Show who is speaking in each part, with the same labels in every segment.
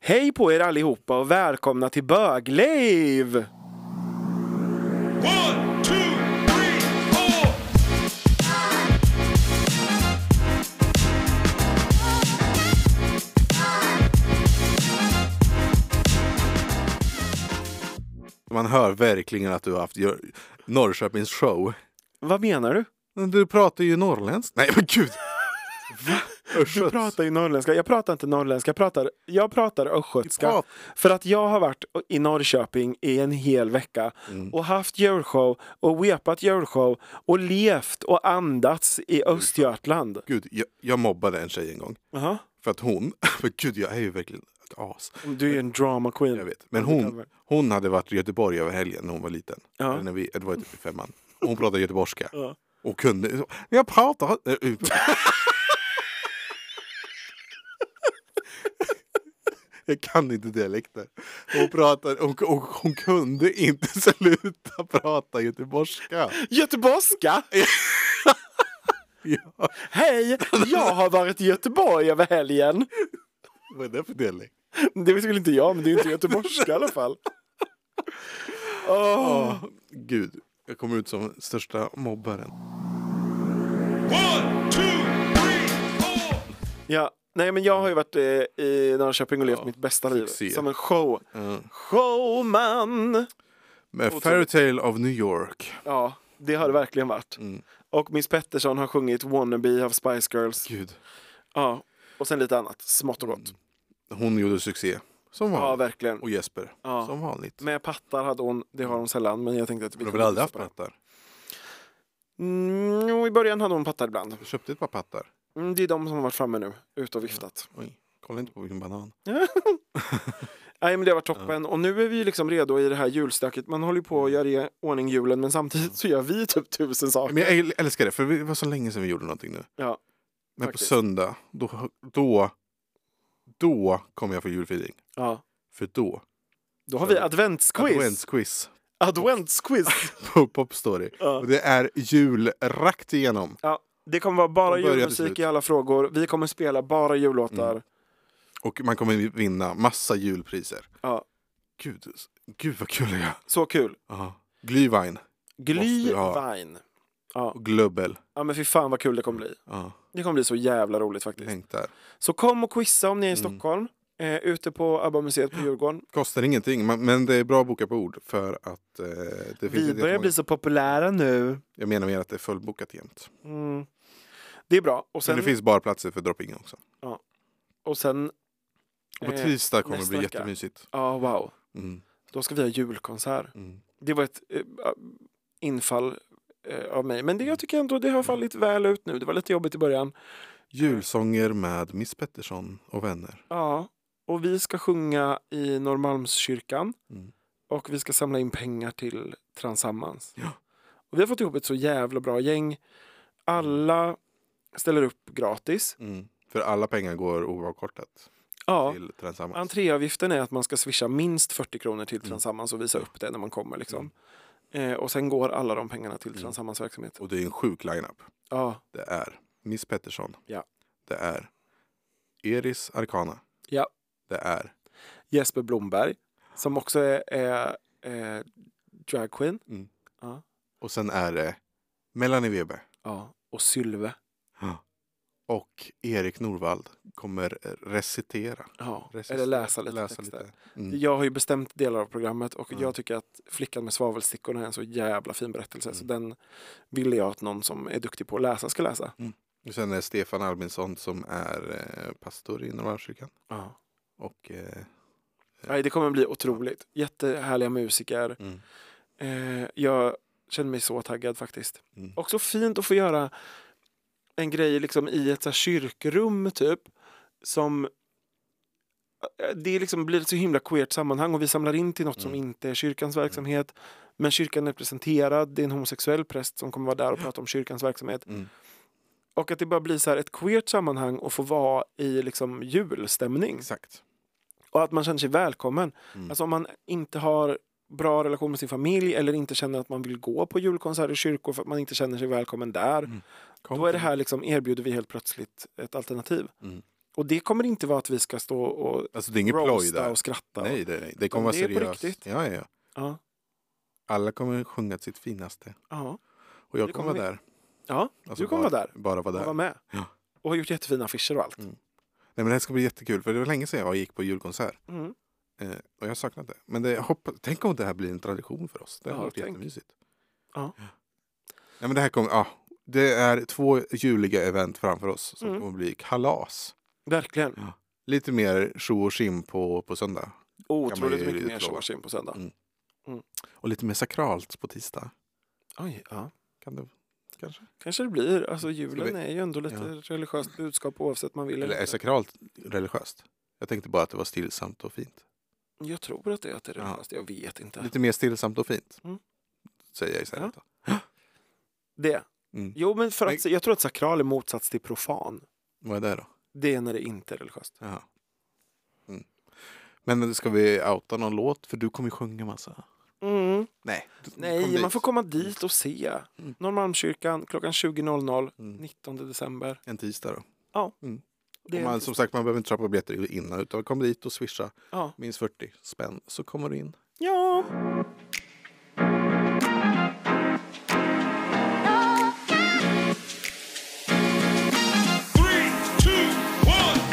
Speaker 1: Hej på er allihopa och välkomna till Bögleiv!
Speaker 2: One, two, three, four.
Speaker 3: Man hör verkligen att du har haft gör- Norrköpings show.
Speaker 1: Vad menar du?
Speaker 3: Men Du pratar ju norrländskt. Nej men gud!
Speaker 1: Du pratar ju norrländska. Jag pratar inte norrländska. Jag pratar, jag pratar östgötska.
Speaker 3: Du pratar-
Speaker 1: För att jag har varit i Norrköping i en hel vecka och haft julshow och vepat julshow och levt och andats i Östergötland.
Speaker 3: Gud, jag, jag mobbade en tjej en gång.
Speaker 1: Mm. Jaha.
Speaker 3: För att hon, men gud jag är ju verkligen ett as.
Speaker 1: Du är ju en drama queen.
Speaker 3: Jag vet. Men
Speaker 1: Ja, det kan
Speaker 3: hon,
Speaker 1: väl-
Speaker 3: hon hade varit i Göteborg över helgen när hon var liten.
Speaker 1: Ja.
Speaker 3: Eller När vi, det var typ i femman. Och Hon pratade göteborgska.
Speaker 1: Ja.
Speaker 3: Och kunde... Jag pratar... Eh, Jag kan inte dialekter. Hon, pratade, hon, hon, hon kunde inte sluta prata göteborgska.
Speaker 1: Göteborgska!
Speaker 3: Ja,
Speaker 1: Hej! Jag har varit i Göteborg över helgen.
Speaker 3: vad är det för dialekt?
Speaker 1: Det skulle inte jag, men det är ju inte göteborgska i alla fall. Åh.
Speaker 3: Gud, jag kommer ut som största mobbaren.
Speaker 2: One, two, three, four.
Speaker 1: Ja, nej men jag har ju varit eh, i Norrköping och levt mitt bästa liv.
Speaker 3: succé. Mm.
Speaker 1: Som en show.
Speaker 3: Ja.
Speaker 1: Showman!
Speaker 3: Med Fairytale of New York.
Speaker 1: Ja, det har det verkligen varit.
Speaker 3: Mm.
Speaker 1: Och Miss Pettersson har sjungit Wannabe av Spice Girls.
Speaker 3: Gud,
Speaker 1: Ja, och sen lite annat, smått och gott.
Speaker 3: Mm. hon gjorde succé. Som vanligt.
Speaker 1: Ja, verkligen.
Speaker 3: Och Jesper.
Speaker 1: Ja.
Speaker 3: Som vanligt. Men,
Speaker 1: Med pattar hade hon, det har hon sällan, men jag tänkte att vi
Speaker 3: du har väl
Speaker 1: kunde
Speaker 3: aldrig haft
Speaker 1: visa på det.
Speaker 3: pattar?
Speaker 1: Mm, jo, i början hade hon pattar ibland.
Speaker 3: Du köpte ett par pattar?
Speaker 1: Mm, det är de som har varit framme nu, ute och viftat.
Speaker 3: Oj, kolla inte på vilken banan.
Speaker 1: Nej, men det har varit toppen. Och nu är vi ju liksom redo i det här julstöket. Man håller ju på
Speaker 3: Mm.
Speaker 1: att göra i ordning julen, men samtidigt så gör vi typ tusen saker.
Speaker 3: Men jag äl- älskar det, för det var så länge sedan vi gjorde någonting nu.
Speaker 1: Ja,
Speaker 3: Men
Speaker 1: Faktiskt.
Speaker 3: på söndag, då, då, då kommer jag få julfeeling.
Speaker 1: ja.
Speaker 3: För då,
Speaker 1: Då har vi adventsquiz.
Speaker 3: adventsquiz
Speaker 1: Adventsquiz.
Speaker 3: på Popstory.
Speaker 1: Ja.
Speaker 3: Och det är jul rakt igenom.
Speaker 1: ja, det kommer vara bara
Speaker 3: Från början till
Speaker 1: julmusik
Speaker 3: slut. Mm.
Speaker 1: i alla frågor. Vi kommer spela bara jullåtar.
Speaker 3: Och man kommer vinna massa julpriser.
Speaker 1: Ja,
Speaker 3: Gud, gud vad kul det är.
Speaker 1: så kul.
Speaker 3: Ja. Glühwein vi ha.
Speaker 1: Glühwein.
Speaker 3: och glöbbel.
Speaker 1: Ja, men fy fan vad kul det kommer bli.
Speaker 3: Ja,
Speaker 1: Det kommer bli så jävla roligt faktiskt.
Speaker 3: längtar.
Speaker 1: Så kom och quizza om ni är
Speaker 3: Mm.
Speaker 1: i Stockholm. Eh, ute på ABBA-museet på Djurgården.
Speaker 3: Kostar ingenting, ma- men det är bra att boka bord för att eh, det finns
Speaker 1: Vi
Speaker 3: inte
Speaker 1: börjar
Speaker 3: jättemånga-
Speaker 1: bli så populära nu.
Speaker 3: Jag menar mer att det är fullbokat jämt.
Speaker 1: Mm. Det är bra. Och
Speaker 3: Men
Speaker 1: sen,
Speaker 3: det finns barplatser för dropping också.
Speaker 1: och sen
Speaker 3: Och på
Speaker 1: Eh,
Speaker 3: tisdag kommer det
Speaker 1: nästa
Speaker 3: bli
Speaker 1: vecka.
Speaker 3: jättemysigt.
Speaker 1: ja wow.
Speaker 3: Mm.
Speaker 1: Då ska vi ha julkonsert.
Speaker 3: Mm.
Speaker 1: Det var ett eh, infall eh, av mig. Men det, jag tycker ändå det har fallit väl ut nu. Det var lite jobbigt i början.
Speaker 3: Julsånger med Miss Pettersson och vänner.
Speaker 1: Ja. Och vi ska sjunga i Norrmalmskyrkan.
Speaker 3: Mm.
Speaker 1: Och vi ska samla in pengar till Transammans.
Speaker 3: Ja.
Speaker 1: Och vi har fått ihop ett så jävla bra gäng. Alla ställer upp gratis.
Speaker 3: Mm. För alla pengar går oavkortat
Speaker 1: Ja.
Speaker 3: till Transammans.
Speaker 1: Entréavgiften är att man ska swisha minst 40 kronor till Transammans och visa upp det när man kommer. Liksom. Eh, och sen går alla de pengarna till Transammans verksamhet.
Speaker 3: Och det är en sjuk lineup.
Speaker 1: Ja,
Speaker 3: Det är Miss Pettersson.
Speaker 1: Ja.
Speaker 3: Det är Eris Arcana.
Speaker 1: Ja.
Speaker 3: Det är
Speaker 1: Jesper Blomberg, som också är, är, är drag queen.
Speaker 3: och sen är det Melanie Webe
Speaker 1: Ja. Och Sylve.
Speaker 3: och Erik Norvald kommer recitera.
Speaker 1: Ja.
Speaker 3: Recitera,
Speaker 1: Eller läsa lite texter.
Speaker 3: Mm.
Speaker 1: Jag har ju bestämt delar av programmet och
Speaker 3: Mm.
Speaker 1: jag tycker att Flickan med svavelstickorna är en så jävla fin berättelse. Så den ville jag att någon som är duktig på att läsa ska läsa.
Speaker 3: Och sen är det Stefan Albinsson som är eh, pastor i Norrmalmskyrkan.
Speaker 1: Ja.
Speaker 3: Och
Speaker 1: Mm.
Speaker 3: eh,
Speaker 1: Nej, det kommer bli otroligt. Jättehärliga musiker.
Speaker 3: Mm.
Speaker 1: Eh, jag känner mig så taggad faktiskt.
Speaker 3: Mm.
Speaker 1: Också fint att få göra en grej liksom i ett så här kyrkrum typ. Som eh, det liksom blir ett så himla queert sammanhang och vi samlar in till något som
Speaker 3: Mm.
Speaker 1: inte är kyrkans verksamhet. Men kyrkan är representerad, det är en homosexuell präst som kommer vara där och prata om kyrkans verksamhet.
Speaker 3: Mm.
Speaker 1: Och att det bara blir så här ett queert sammanhang och få vara i liksom julstämning.
Speaker 3: exakt.
Speaker 1: Och att man känner sig välkommen.
Speaker 3: Mm.
Speaker 1: Alltså om man inte har bra relation med sin familj eller inte känner att man vill gå på julkonserter i kyrkor för att man inte känner sig välkommen där.
Speaker 3: Kom
Speaker 1: Då är det
Speaker 3: Mm. till-
Speaker 1: här liksom, erbjuder vi helt plötsligt ett alternativ.
Speaker 3: Mm.
Speaker 1: Och det kommer inte vara att vi ska stå och
Speaker 3: Alltså det är ingen ploj
Speaker 1: roasta
Speaker 3: där.
Speaker 1: och skratta. och-
Speaker 3: Nej, nej, nej. Det kommer vara
Speaker 1: Utan det är på
Speaker 3: seriöst.
Speaker 1: riktigt.
Speaker 3: Ja, ja, ja.
Speaker 1: Ja,
Speaker 3: Alla kommer sjunga sitt finaste.
Speaker 1: ja.
Speaker 3: Och jag
Speaker 1: Det
Speaker 3: kommer vara
Speaker 1: kommer
Speaker 3: där.
Speaker 1: ja
Speaker 3: Alltså
Speaker 1: du kommer
Speaker 3: bara,
Speaker 1: vara där
Speaker 3: Bara vara
Speaker 1: och
Speaker 3: där.
Speaker 1: vara med.
Speaker 3: Ja.
Speaker 1: Och har gjort jättefina affischer och allt.
Speaker 3: Mm. Nej, men det här ska bli jättekul. För det var länge sedan jag gick på julkonsert.
Speaker 1: Mm.
Speaker 3: Eh, och jag har saknat det. Men det, jag hoppas, tänk om det här blir en tradition för oss. Det har
Speaker 1: Ja,
Speaker 3: varit
Speaker 1: tänk.
Speaker 3: jättemysigt.
Speaker 1: Ja.
Speaker 3: Nej, men det här kommer... Ja. Det är två juliga event framför oss som
Speaker 1: Mm.
Speaker 3: kommer bli kalas. Mm.
Speaker 1: Verkligen.
Speaker 3: Lite mer tjo och tjim på, på söndag.
Speaker 1: Otroligt
Speaker 3: ju
Speaker 1: mycket mer
Speaker 3: utlova.
Speaker 1: showashin på söndag.
Speaker 3: Mm. Och lite mer sakralt på tisdag.
Speaker 1: Oj, ja.
Speaker 3: Kan det, kanske?
Speaker 1: Kanske det blir. Alltså
Speaker 3: Ska
Speaker 1: julen
Speaker 3: vi-
Speaker 1: är ju ändå lite religiöst budskap oavsett man vill
Speaker 3: Eller
Speaker 1: eller
Speaker 3: är
Speaker 1: inte.
Speaker 3: sakralt religiöst? Jag tänkte bara att det var stillsamt och fint.
Speaker 1: Jag tror att det är att det är
Speaker 3: Ja.
Speaker 1: religiöst. Jag vet inte.
Speaker 3: Lite mer stillsamt och fint.
Speaker 1: Mm.
Speaker 3: Säger jag istället. då.
Speaker 1: Det.
Speaker 3: Mm.
Speaker 1: Jo, men för att,
Speaker 3: Men-
Speaker 1: jag tror att sakral är motsats till profan.
Speaker 3: Vad är det då?
Speaker 1: Det är när det inte är religiöst.
Speaker 3: Jaha. Mm. Men ska vi outa någon låt? För du kommer ju sjunga massa.
Speaker 1: Mm.
Speaker 3: Nej.
Speaker 1: Nej, man får komma dit och se.
Speaker 3: Mm.
Speaker 1: Norrmalmskyrkan klockan 20.00
Speaker 3: Mm.
Speaker 1: 19 december.
Speaker 3: En tisdag då.
Speaker 1: Ja.
Speaker 3: Mm.
Speaker 1: Det
Speaker 3: och
Speaker 1: är
Speaker 3: man,
Speaker 1: en-
Speaker 3: som sagt, man behöver inte köpa biljetter innan. Utan kom dit och swisha
Speaker 1: ja.
Speaker 3: minst 40 spänn så kommer du in.
Speaker 1: ja.
Speaker 2: Three, two, one.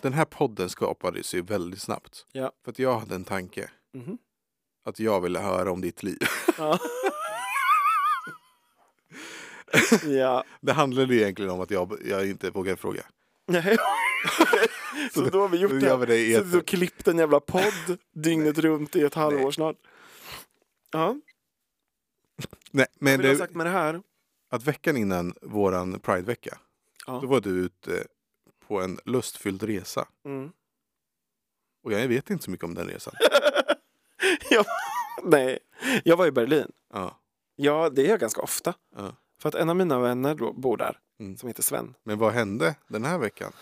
Speaker 3: Den här podden skapades ju väldigt snabbt.
Speaker 1: Ja.
Speaker 3: För att jag hade en tanke.
Speaker 1: Mhm.
Speaker 3: Att jag ville höra om ditt liv.
Speaker 1: Ja. ja.
Speaker 3: Det handlade ju egentligen om att jag, jag inte vågade fråga.
Speaker 1: Nej. Så då har vi gjort
Speaker 3: Då
Speaker 1: det.
Speaker 3: gör vi det i
Speaker 1: Suttit
Speaker 3: etern.
Speaker 1: och klippt en jävla podd dygnet runt i ett halvår
Speaker 3: Nej.
Speaker 1: snart. Ja,
Speaker 3: Nej, men
Speaker 1: vill du ha
Speaker 3: det,
Speaker 1: sagt med det här?
Speaker 3: att veckan innan våran Pride-vecka,
Speaker 1: Ja.
Speaker 3: då var du ute på en lustfylld resa.
Speaker 1: Mm.
Speaker 3: Och jag vet inte så mycket om den resan.
Speaker 1: Jag, nej, jag var i Berlin.
Speaker 3: Ja,
Speaker 1: Ja, det är jag ganska ofta.
Speaker 3: ja.
Speaker 1: För att en av mina vänner då bor där,
Speaker 3: Mm.
Speaker 1: som heter Sven.
Speaker 3: Men vad hände den här veckan?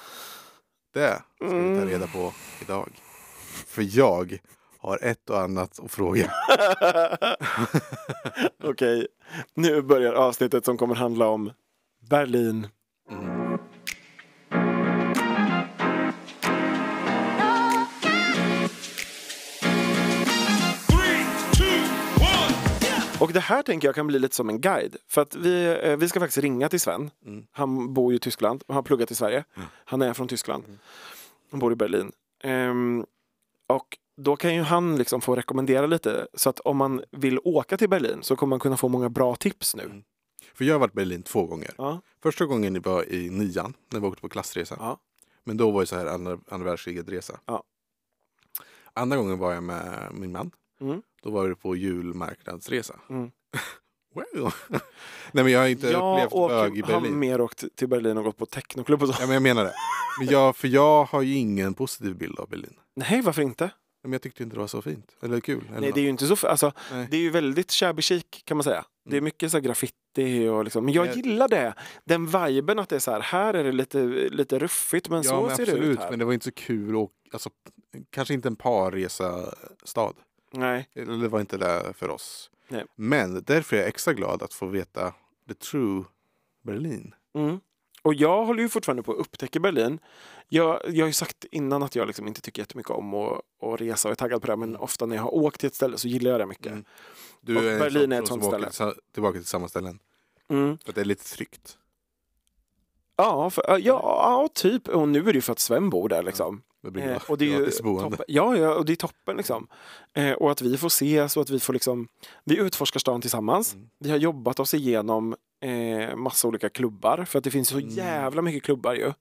Speaker 3: Det ska vi ta
Speaker 1: Mm.
Speaker 3: reda på idag. För jag har ett och annat att fråga.
Speaker 1: Okej, nu börjar avsnittet som kommer handla om Berlin.
Speaker 2: Three, two, one.
Speaker 1: Och det här tänker jag kan bli lite som en guide. För att vi, eh, vi ska faktiskt ringa till Sven.
Speaker 3: Mm.
Speaker 1: Han bor ju i Tyskland, men han har pluggat i Sverige. Han är från Tyskland.
Speaker 3: Mm.
Speaker 1: Han bor i Berlin. Ehm, och då kan ju han liksom få rekommendera lite. Så att om man vill åka till Berlin så kommer man kunna få många bra tips nu.
Speaker 3: Mm. För jag har varit i Berlin två gånger.
Speaker 1: Ja.
Speaker 3: Första gången var i nian, när vi åkte på klassresa.
Speaker 1: Ja.
Speaker 3: Men då var det så här andra, andra världskriget-resa.
Speaker 1: Ja.
Speaker 3: Andra gången var jag med min man.
Speaker 1: Mm.
Speaker 3: Då var vi på julmarknadsresa.
Speaker 1: Mm.
Speaker 3: Wow. Nej men jag har inte
Speaker 1: Jag
Speaker 3: upplevt
Speaker 1: och,
Speaker 3: bög i
Speaker 1: har
Speaker 3: Berlin.
Speaker 1: mer åkt till Berlin och gått på technoklubb och så.
Speaker 3: Ja, men jag menar det. Men jag, för jag har ju ingen positiv bild av Berlin.
Speaker 1: Nej, varför inte?
Speaker 3: Men jag tyckte inte det var så fint. Eller kul.
Speaker 1: Nej,
Speaker 3: Eller något.
Speaker 1: det är ju inte så... f- Alltså,
Speaker 3: Nej. Mm.
Speaker 1: det är ju väldigt shabby chic kan man säga. Det är mycket så här graffiti och liksom. Men jag
Speaker 3: Men-
Speaker 1: gillar det. Den viben att det är så här, här är det lite, lite ruffigt men
Speaker 3: ja,
Speaker 1: så
Speaker 3: men
Speaker 1: ser
Speaker 3: absolut,
Speaker 1: det ut här.
Speaker 3: Men det var inte så kul. Och, alltså, kanske inte en parresa-stad.
Speaker 1: Nej.
Speaker 3: Eller Eh, det var inte det för oss.
Speaker 1: Nej.
Speaker 3: Men därför är jag extra glad att få veta the true Berlin.
Speaker 1: Mm. Och jag håller ju fortfarande på att upptäcka Berlin. Jag, jag har ju sagt innan att jag liksom inte tycker jättemycket om att, att resa och är taggad på det. Men ofta när jag har åkt till ett ställe så gillar jag det mycket.
Speaker 3: Mm.
Speaker 1: Mm.
Speaker 3: Du
Speaker 1: Och
Speaker 3: en
Speaker 1: Berlin
Speaker 3: sån
Speaker 1: är ett
Speaker 3: person
Speaker 1: sånt
Speaker 3: som åker till- tillbaka till samma ställen. För att det är lite tryggt.
Speaker 1: Mm. Ja, för, ja, ja, typ. Och nu är det ju för att Sven bor där liksom.
Speaker 3: Med
Speaker 1: Eh,
Speaker 3: bra-
Speaker 1: och det är ju
Speaker 3: gratis boende.
Speaker 1: toppen. Ja, ja, och det är toppen liksom. Eh, och att vi får ses och att vi får liksom, vi utforskar stan tillsammans.
Speaker 3: Mm.
Speaker 1: Vi har jobbat oss igenom eh, massa olika klubbar för att det finns så jävla mycket klubbar ju.
Speaker 3: Mm.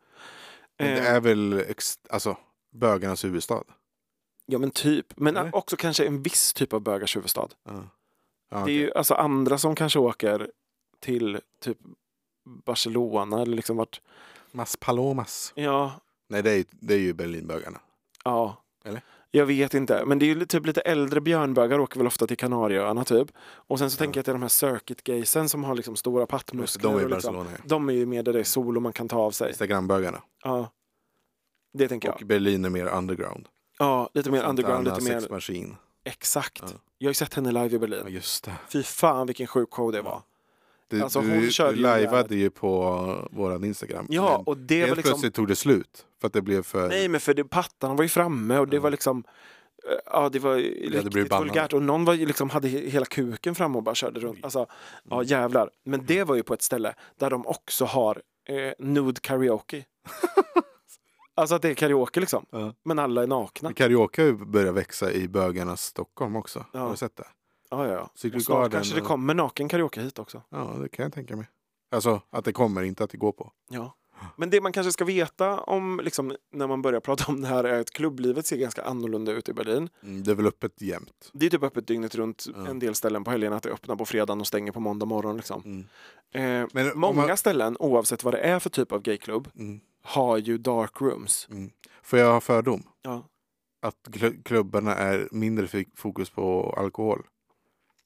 Speaker 3: Men det
Speaker 1: Eh,
Speaker 3: är väl ex, alltså, bögarnas huvudstad?
Speaker 1: Ja men typ, men
Speaker 3: Eller?
Speaker 1: också kanske en viss typ av bögars huvudstad.
Speaker 3: Ja. Ja,
Speaker 1: Det är ju alltså andra som kanske åker till typ Barcelona eller liksom vart,
Speaker 3: Mas Palomas.
Speaker 1: ja,
Speaker 3: Nej, det är, ju- det är ju Berlinbögarna.
Speaker 1: Ja.
Speaker 3: Eller?
Speaker 1: Jag vet inte, men det är ju li- typ lite äldre björnbögar åker väl ofta till Kanarieöarna typ. Och sen så tänker jag att det är de här circuit gaysen som har liksom stora pattmuskler.
Speaker 3: De är i
Speaker 1: och liksom,
Speaker 3: Barcelona. ja.
Speaker 1: de är ju mer där det är sol och man kan ta av sig.
Speaker 3: Instagrambögarna.
Speaker 1: Ja. Det tänker
Speaker 3: Och
Speaker 1: jag.
Speaker 3: Berlin är mer underground.
Speaker 1: Ja, lite mer underground,
Speaker 3: Fontana,
Speaker 1: lite mer...
Speaker 3: Sex Machine.
Speaker 1: Exakt.
Speaker 3: Ja.
Speaker 1: Jag har ju sett henne live i
Speaker 3: Ja,
Speaker 1: Berlin.
Speaker 3: just det.
Speaker 1: Fy fan vilken sjuk show det var.
Speaker 3: Du,
Speaker 1: Alltså, hon
Speaker 3: du,
Speaker 1: körde
Speaker 3: du
Speaker 1: ju det här.
Speaker 3: lajvade ju på våran Instagram.
Speaker 1: Ja,
Speaker 3: men
Speaker 1: och det var
Speaker 3: helt
Speaker 1: liksom...
Speaker 3: plötsligt tog det slut. För att det blev för...
Speaker 1: Nej, men för det, pattarna var ju framme och det
Speaker 3: Ja.
Speaker 1: var liksom... eh, Ja, det var
Speaker 3: blev
Speaker 1: riktigt
Speaker 3: bannad.
Speaker 1: vulgärt. Och någon var ju liksom, hade he- hela kuken fram och bara körde runt. Alltså, ja
Speaker 3: Mm.
Speaker 1: jävlar. Men det var ju på ett ställe där de också har eh, nude karaoke. alltså att det är karaoke liksom.
Speaker 3: Ja.
Speaker 1: Men alla är nakna.
Speaker 3: Karaoke har ju börjat växa i bögarnas Stockholm också.
Speaker 1: Ja.
Speaker 3: Har du sett det?
Speaker 1: Ja, ja, ja.
Speaker 3: Secret
Speaker 1: Och snart
Speaker 3: Garden
Speaker 1: kanske det
Speaker 3: och-
Speaker 1: kommer naken karaoke hit också.
Speaker 3: Ja, det kan jag tänka mig. Alltså att det kommer, inte att det går på.
Speaker 1: Ja. Men det man kanske ska veta om, liksom, när man börjar prata om det här är att klubblivet ser ganska annorlunda ut i Berlin.
Speaker 3: Mm, det är väl öppet jämt.
Speaker 1: Det är typ öppet dygnet runt
Speaker 3: Ja.
Speaker 1: en del ställen på helgerna, att det öppnar på fredagen och stänger på måndag morgon. Liksom.
Speaker 3: Mm.
Speaker 1: Eh,
Speaker 3: Men om
Speaker 1: många
Speaker 3: man-
Speaker 1: ställen, oavsett vad det är för typ av gayklubb,
Speaker 3: Mm.
Speaker 1: har ju dark rooms.
Speaker 3: Får jag ha fördom?
Speaker 1: Ja.
Speaker 3: Att kl- klubbarna är mindre fik- fokus på alkohol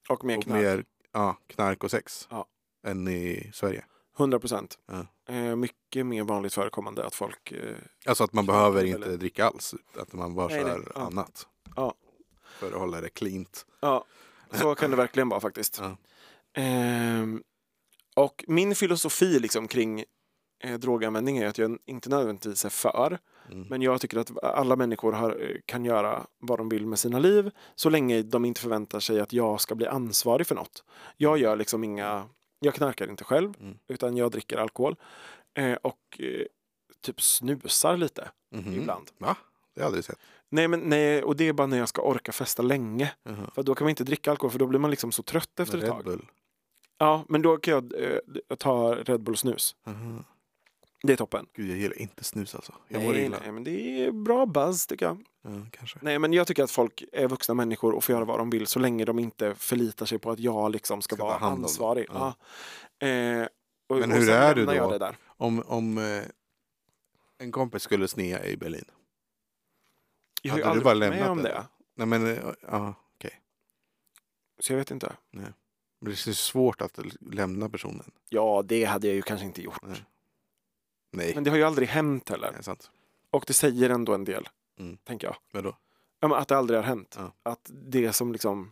Speaker 1: Och mer
Speaker 3: och
Speaker 1: knark.
Speaker 3: mer ja, knark och sex
Speaker 1: Ja.
Speaker 3: än i Sverige.
Speaker 1: 100 procent.
Speaker 3: Ja.
Speaker 1: Eh, mycket mer vanligt förekommande att folk... Eh,
Speaker 3: Alltså att man
Speaker 1: Knark
Speaker 3: behöver
Speaker 1: eller-
Speaker 3: inte dricka alls, att man bara
Speaker 1: Nej,
Speaker 3: kör
Speaker 1: nej, ja.
Speaker 3: annat.
Speaker 1: Ja.
Speaker 3: För att hålla det cleant.
Speaker 1: ja, så kan det verkligen vara faktiskt.
Speaker 3: Ja.
Speaker 1: Ehm, och min filosofi liksom, kring eh, droganvändning är att jag inte nödvändigtvis är för.
Speaker 3: Mm.
Speaker 1: Men jag tycker att alla människor har, eh, kan göra vad de vill med sina liv så länge de inte förväntar sig att jag ska bli ansvarig för något. Jag gör liksom inga, jag knarkar inte själv
Speaker 3: Mm.
Speaker 1: utan jag dricker alkohol eh, och eh, typ snusar lite
Speaker 3: Mhm.
Speaker 1: ibland.
Speaker 3: Va? Det har jag aldrig sett.
Speaker 1: Nej, men nej, och det är bara när jag ska orka festa länge.
Speaker 3: Jaha.
Speaker 1: För då kan man inte dricka alkohol för då blir man liksom så trött efter ett
Speaker 3: Red
Speaker 1: tag.
Speaker 3: Bull.
Speaker 1: Ja, men då kan jag eh, ta Red Bull snus.
Speaker 3: Jaha.
Speaker 1: Det är toppen.
Speaker 3: Gud, jag gillar inte snus alltså. Jag mår
Speaker 1: Nej,
Speaker 3: illa.
Speaker 1: nej, men det är bra buzz tycker jag.
Speaker 3: Ja, kanske.
Speaker 1: Nej, men jag tycker att folk är vuxna människor och får göra vad de vill så länge de inte förlitar sig på att jag liksom ska,
Speaker 3: Ska ta
Speaker 1: vara
Speaker 3: hand om dem.
Speaker 1: ansvarig.
Speaker 3: Ja.
Speaker 1: Ja. Eh, och,
Speaker 3: Men
Speaker 1: och
Speaker 3: hur
Speaker 1: sen
Speaker 3: är du
Speaker 1: lämnar jag
Speaker 3: då?
Speaker 1: det där.
Speaker 3: Om, om eh, en kompis skulle snea i Berlin.
Speaker 1: Jag har ju
Speaker 3: Hade du
Speaker 1: aldrig
Speaker 3: bara
Speaker 1: varit med
Speaker 3: lämnat
Speaker 1: om det.
Speaker 3: det? Nej men, eh, ja, okej.
Speaker 1: så jag vet inte.
Speaker 3: Men det är svårt att l- lämna personen.
Speaker 1: Ja, det hade jag ju kanske inte gjort.
Speaker 3: Nej. Nej,
Speaker 1: Men det har ju aldrig hänt heller.
Speaker 3: det är sant.
Speaker 1: Och det säger ändå en del,
Speaker 3: Mm.
Speaker 1: tänker jag.
Speaker 3: Vadå?
Speaker 1: Ja, men att det aldrig har hänt.
Speaker 3: Ja.
Speaker 1: Att det som liksom...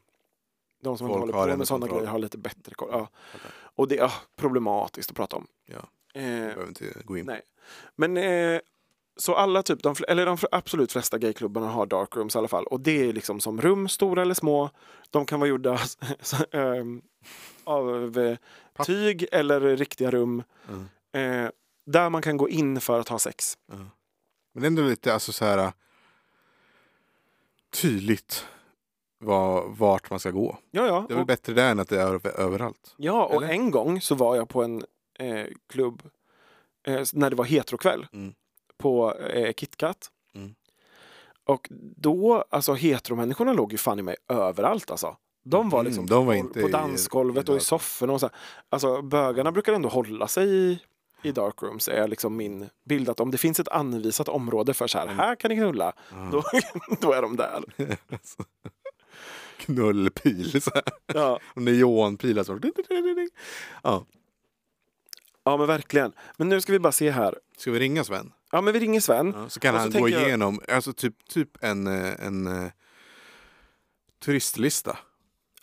Speaker 1: De som
Speaker 3: Folk
Speaker 1: håller
Speaker 3: har
Speaker 1: på
Speaker 3: ändå
Speaker 1: med sådana
Speaker 3: kontroll.
Speaker 1: grejer har lite bättre koll. Ja.
Speaker 3: Fattar.
Speaker 1: Och det är ah, problematiskt att prata om.
Speaker 3: Ja.
Speaker 1: Eh,
Speaker 3: Jag behöver inte gå in på
Speaker 1: Nej. Men eh, så alla typ, de, fl- eller de fl- absolut flesta gayklubbarna har dark rooms i alla fall. Och det är liksom som rum, stora eller små. De kan vara gjorda så, ehm, av eh,
Speaker 3: Papp.
Speaker 1: tyg eller riktiga rum.
Speaker 3: Mm.
Speaker 1: Eh, där man kan gå in för att ha sex.
Speaker 3: Men det är ändå lite alltså, så här, tydligt var, vart man ska gå.
Speaker 1: Ja,
Speaker 3: Det är
Speaker 1: ja.
Speaker 3: väl
Speaker 1: Och,
Speaker 3: bättre där än att det är över- överallt.
Speaker 1: ja, och
Speaker 3: eller?
Speaker 1: en gång så var jag på en eh, klubb eh, när det var heterokväll
Speaker 3: Mm.
Speaker 1: på eh, KitKat.
Speaker 3: Mm.
Speaker 1: Och då, alltså heteromänniskorna låg ju fan i mig överallt alltså. De var
Speaker 3: Mm,
Speaker 1: liksom
Speaker 3: de var
Speaker 1: på-
Speaker 3: inte
Speaker 1: på
Speaker 3: i-
Speaker 1: dansgolvet
Speaker 3: i
Speaker 1: och i
Speaker 3: dark-
Speaker 1: sofforna och så. här. Alltså bögarna brukar ändå hålla sig i, i dark rooms är liksom min bild att om det finns ett anvisat område för så här,
Speaker 3: Mm.
Speaker 1: här kan ni knulla, då, då är de där.
Speaker 3: Alltså, Knullpil, så här.
Speaker 1: Ja.
Speaker 3: Och neonpil. Alltså. Ja.
Speaker 1: ja, men verkligen. Men nu ska vi bara se här.
Speaker 3: Ska vi ringa Sven?
Speaker 1: Ja, men vi ringer Sven.
Speaker 3: Ja, så kan
Speaker 1: Och så
Speaker 3: han gå
Speaker 1: tänker jag-
Speaker 3: igenom alltså typ, typ en, eh, en eh, turistlista.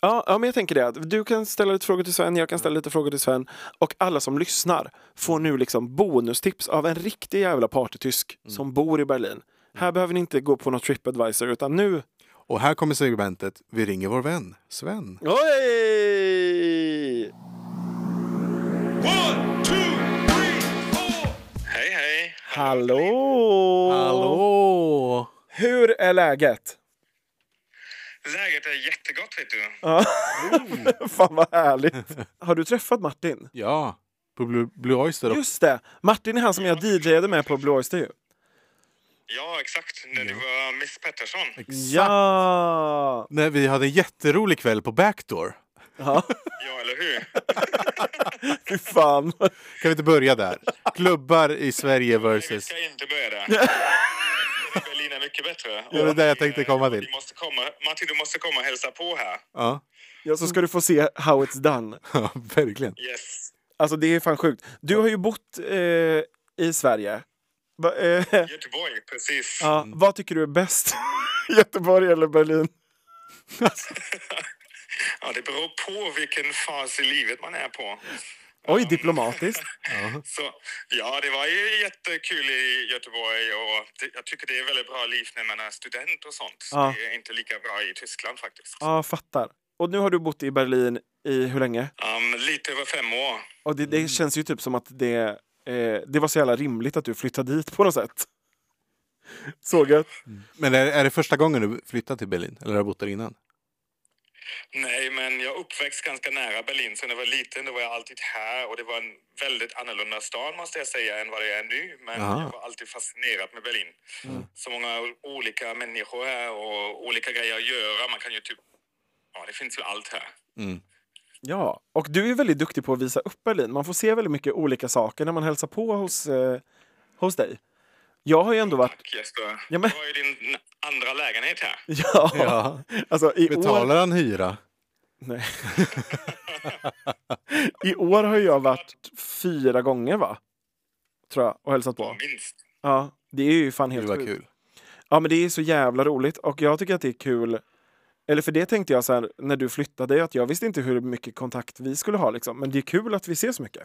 Speaker 1: Ja, ja, men jag tänker det. att Du kan ställa lite frågor till Sven, jag kan ställa lite frågor till Sven. Och alla som lyssnar får nu liksom bonustips av en riktig jävla partytysk som bor i Berlin. Här behöver ni inte gå på något tripadvisor utan nu...
Speaker 3: Och här kommer segmentet Vi ringer vår vän Sven.
Speaker 1: Oj!
Speaker 2: One, two, three, four. Hej, hej.
Speaker 1: Hallå!
Speaker 3: Hallå!
Speaker 1: Hur är läget?
Speaker 2: Läget är jättegott, vet du.
Speaker 1: Fan vad härligt! Har du träffat Martin?
Speaker 3: Ja, på Blue, Blue Oyster. och-
Speaker 1: Just det! Martin är han som jag DJade med på Blue Oyster ju.
Speaker 2: Ja, exakt. När du var Miss Pettersson.
Speaker 1: Ja!
Speaker 3: När vi hade en jätterolig kväll på Backdoor.
Speaker 1: Ja,
Speaker 2: Ja, eller hur?
Speaker 1: fy fan.
Speaker 3: Kan vi inte börja där? Klubbar i Sverige
Speaker 2: Vi
Speaker 3: versus...
Speaker 2: ska inte börja där. Berlin är mycket bättre.
Speaker 3: det var det jag tänkte komma till.
Speaker 2: Du måste komma. Martin, du måste komma och hälsa på här.
Speaker 3: Ja,
Speaker 1: Ja, så ska du få se how it's done.
Speaker 3: ja verkligen.
Speaker 2: Yes.
Speaker 1: Alltså det är fan sjukt. Du har ju bott eh, i Sverige. Va, eh,
Speaker 2: Göteborg, precis.
Speaker 1: ja, Vad tycker du är bäst? Göteborg eller Berlin?
Speaker 2: Ja, det beror på vilken fas i livet man är på.
Speaker 1: Oj, diplomatiskt.
Speaker 2: Så, ja, det var ju jättekul i Göteborg och det, jag tycker det är väldigt bra liv när man är student och sånt.
Speaker 1: Ja.
Speaker 2: Det är inte lika bra i Tyskland faktiskt.
Speaker 1: Ja, fattar. Och nu har du bott i Berlin i hur länge?
Speaker 2: Um, lite över fem år.
Speaker 1: Och det, det känns ju typ som att det, eh, det var så jävla rimligt att du flyttade dit på något sätt. Såg jag.
Speaker 3: Men är, är det första gången du flyttar till Berlin? Eller har du bott där innan?
Speaker 2: Nej, men jag uppväxt ganska nära Berlin. Så när jag var liten då var jag alltid här och det var en väldigt annorlunda stad måste jag säga än vad det är nu. Men
Speaker 3: Aha.
Speaker 2: jag var alltid fascinerad med Berlin.
Speaker 1: Mm.
Speaker 2: Så många olika människor här och olika grejer att göra. Man kan ju typ... Ja, det finns ju allt här.
Speaker 3: Mm.
Speaker 1: Ja, och du är väldigt duktig på att visa upp Berlin. Man får se väldigt mycket olika saker när man hälsar på hos, eh, hos dig. Jag har ju ändå varit...
Speaker 2: Tack Jesper.
Speaker 1: Ja, men-
Speaker 2: Det var ju din andra lägenhet här.
Speaker 1: Ja,
Speaker 3: Ja.
Speaker 1: alltså i år...
Speaker 3: Betalar han hyra?
Speaker 1: Nej. I år har jag varit fyra gånger, va? Tror jag, och hälsat på.
Speaker 2: Minst.
Speaker 1: Ja, det är ju fan
Speaker 3: Det
Speaker 1: helt
Speaker 3: var
Speaker 1: sjukt.
Speaker 3: kul.
Speaker 1: Ja, men det är så jävla roligt och jag tycker att det är kul. Eller för det tänkte jag så här när du flyttade att jag visste inte hur mycket kontakt vi skulle ha liksom. Men det är kul att vi ses så mycket.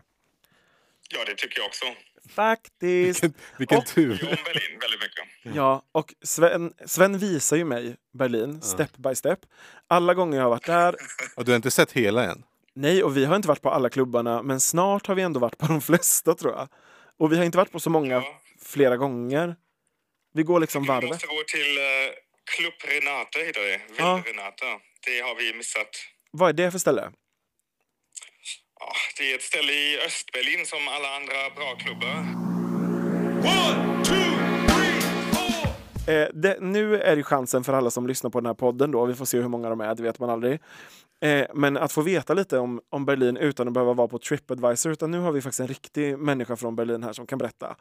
Speaker 2: Ja, det tycker jag också.
Speaker 1: Faktiskt.
Speaker 3: Vilken, vilken
Speaker 1: Och-
Speaker 2: Jag
Speaker 3: tur.
Speaker 2: om Berlin väldigt mycket.
Speaker 1: Ja, och Sven, Sven visar ju mig Berlin step by step. Alla gånger jag har varit där.
Speaker 3: Och du har inte sett hela än?
Speaker 1: Nej, och vi har inte varit på alla klubbarna, men snart har vi ändå varit på de flesta tror jag. Och vi har inte varit på så många
Speaker 2: Ja.
Speaker 1: flera gånger. Vi går liksom
Speaker 2: Vi
Speaker 1: varvet.
Speaker 2: måste gå till uh, Club Renata, heter det. Vill
Speaker 1: Ja.
Speaker 2: Renata. Det har vi missat.
Speaker 1: Vad är det för ställe?
Speaker 2: Ja, det är ett ställe i Östberlin som alla andra bra klubbar.
Speaker 1: Eh, det, nu är det chansen för alla som lyssnar på den här podden då, vi får se hur många de är, det vet man aldrig. Eh, men att få veta lite om, om Berlin utan att behöva vara på Tripadvisor, utan nu har vi faktiskt en riktig människa från Berlin här som kan berätta.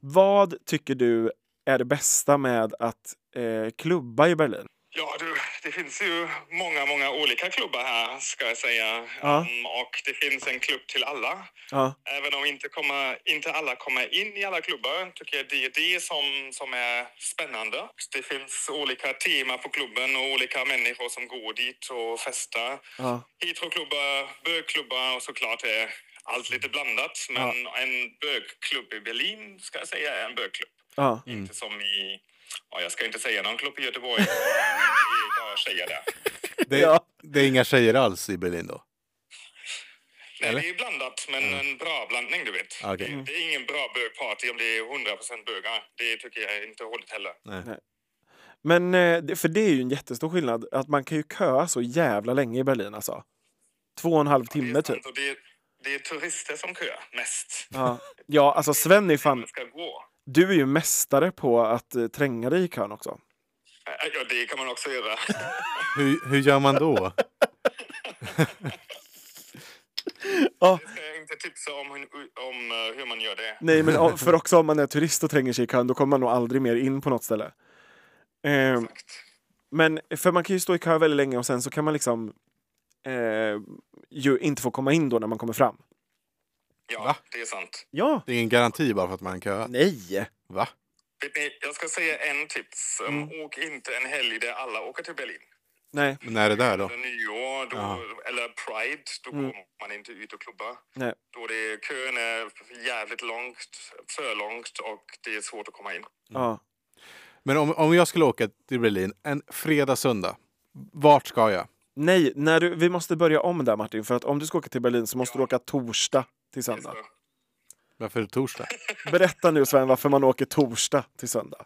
Speaker 1: Vad tycker du är det bästa med att eh, klubba i Berlin?
Speaker 2: Ja, du, det finns ju många, många olika klubbar här, ska jag säga.
Speaker 1: Ja.
Speaker 2: Mm, och det finns en klubb till alla.
Speaker 1: Ja,
Speaker 2: Även om inte, komma, inte alla kommer in i alla klubbar tycker jag det är det som, som är spännande. Det finns olika teman på klubben och olika människor som går dit och festar.
Speaker 1: ja,
Speaker 2: Heteroklubbar, bögklubbar och såklart är allt lite blandat. Men en bögklubb i Berlin ska jag säga är en bögklubb.
Speaker 1: ja.
Speaker 2: Inte som i... Ja, jag ska inte säga någon klubb i Göteborg. det är bara tjejer där.
Speaker 3: Det,
Speaker 1: Ja.
Speaker 3: det är inga tjejer alls i Berlin då?
Speaker 2: Nej,
Speaker 3: Eller?
Speaker 2: det är blandat, men en bra blandning, du vet.
Speaker 1: Ah,
Speaker 3: Okej.
Speaker 2: Det, det är ingen bra bögparty om det är 100% bögar. Det tycker jag är inte hålligt heller.
Speaker 1: Men eh, det- för det är ju en jättestor skillnad, att man kan ju köa så jävla länge i Berlin alltså. Två och en halv
Speaker 2: Det
Speaker 1: timme
Speaker 2: sant,
Speaker 1: typ.
Speaker 2: och det, är, det är turister som köar mest.
Speaker 1: Ja. ja, alltså Sven är fan,
Speaker 2: Man ska gå.
Speaker 1: du är ju mästare på att eh, tränga dig i kön också.
Speaker 2: Ä- Ja, det kan man också göra.
Speaker 3: Hur, hur gör man då?
Speaker 2: Jag ska inte tipsa om, hur- om eh, hur man gör det.
Speaker 1: Nej, men om- för också om man är turist och tränger sig i kön, då kommer man nog aldrig mer in på något ställe. Eh, men för man kan ju stå i kö väldigt länge och sen så kan man liksom eh, ju inte få komma in då när man kommer fram.
Speaker 2: Ja,
Speaker 3: Va?
Speaker 2: det är sant.
Speaker 1: Ja.
Speaker 3: Det är ingen garanti bara för att man köar?
Speaker 1: Nej.
Speaker 3: Va?
Speaker 2: Vet ni, jag ska säga en tips. Um,
Speaker 1: Mm.
Speaker 2: Åk inte en helg där alla åker till Berlin.
Speaker 1: Nej.
Speaker 3: Men när är det där då?
Speaker 2: Eller nyår, då, eller Pride, då
Speaker 1: Mm.
Speaker 2: går man inte ut och klubbar.
Speaker 1: Nej.
Speaker 2: Då det, kön är jävligt långt, för långt och det är svårt att komma in.
Speaker 1: Ja.
Speaker 3: Men om, om jag skulle åka till Berlin en fredag, söndag. Vart ska jag?
Speaker 1: Nej, när du, vi måste börja om där Martin, för att om du ska åka till Berlin så måste du åka torsdag till söndag.
Speaker 2: Så,
Speaker 3: Varför torsdag?
Speaker 1: Berätta nu Sven varför man åker torsdag till söndag.